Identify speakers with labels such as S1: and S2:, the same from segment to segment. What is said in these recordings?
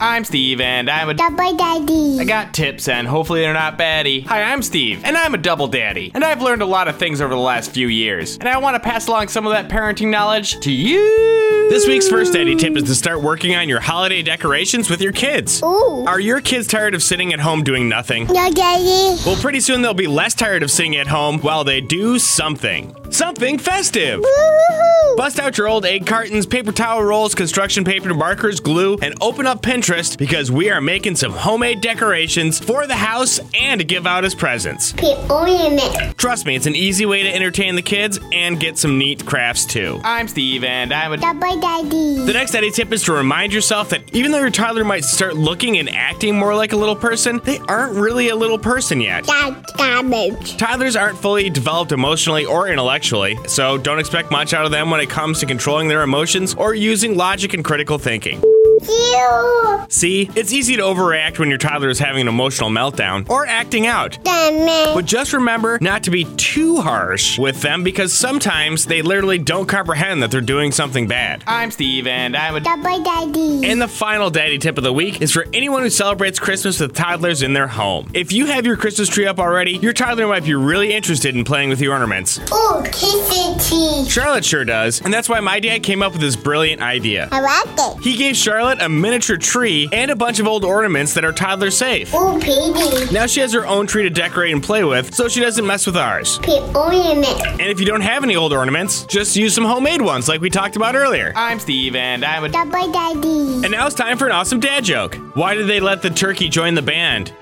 S1: I'm Steve, and I'm a.
S2: Double daddy.
S1: I got tips, and hopefully they're not baddie. Hi, I'm Steve, and I'm a double daddy, and I've learned a lot of things over the last few years, and I want to pass along some of that parenting knowledge to you.
S3: This week's first daddy tip is to start working on your holiday decorations with your kids.
S2: Ooh.
S3: Are your kids tired of sitting at home doing nothing?
S2: No daddy.
S3: Well, pretty soon they'll be less tired of sitting at home while they do something. Something festive.
S2: Woo-hoo-hoo.
S3: Bust out your old egg cartons, paper towel rolls, construction paper, markers, glue, and open up Pinterest because we are making some homemade decorations for the house and to give out as presents.
S2: Ornament.
S3: Trust me, it's an easy way to entertain the kids and get some neat crafts too.
S1: I'm Steve, and I'm a.
S2: Double daddy.
S3: The next daddy tip is to remind yourself that even though your toddler might start looking and acting more like a little person, they aren't really a little person yet.
S2: Dad, cabbage.
S3: Toddlers aren't fully developed emotionally or intellectually, so don't expect much out of them when it comes to controlling their emotions or using logic and critical thinking.
S2: You.
S3: See, it's easy to overreact when your toddler is having an emotional meltdown or acting out.
S2: Damn
S3: But just remember not to be too harsh with them because sometimes they literally don't comprehend that they're doing something bad.
S1: I'm Steve, and I'm a.
S2: Double daddy.
S3: And the final daddy tip of the week is for anyone who celebrates Christmas with toddlers in their home. If you have your Christmas tree up already, your toddler might be really interested in playing with your ornaments.
S2: Ooh, kissy tea.
S3: Charlotte sure does, and that's why my dad came up with this brilliant idea.
S2: I like it.
S3: He gave Charlotte a miniature tree and a bunch of old ornaments that are toddler safe.
S2: Ooh, baby.
S3: Now she has her own tree to decorate and play with, so she doesn't mess with ours.
S2: Ornament.
S3: And if you don't have any old ornaments, just use some homemade ones like we talked about earlier.
S1: I'm Steve, and I'm a.
S2: Double daddy.
S3: And now it's time for an awesome dad joke. Why did they let the turkey join the band?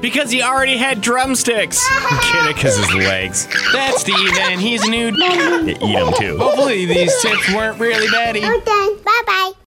S3: Because he already had drumsticks. Kid his legs.
S1: That's Steve, and he's a nude.
S3: Yeah, eat him too.
S1: Hopefully these tips weren't really baddie.
S2: Well done. Bye bye.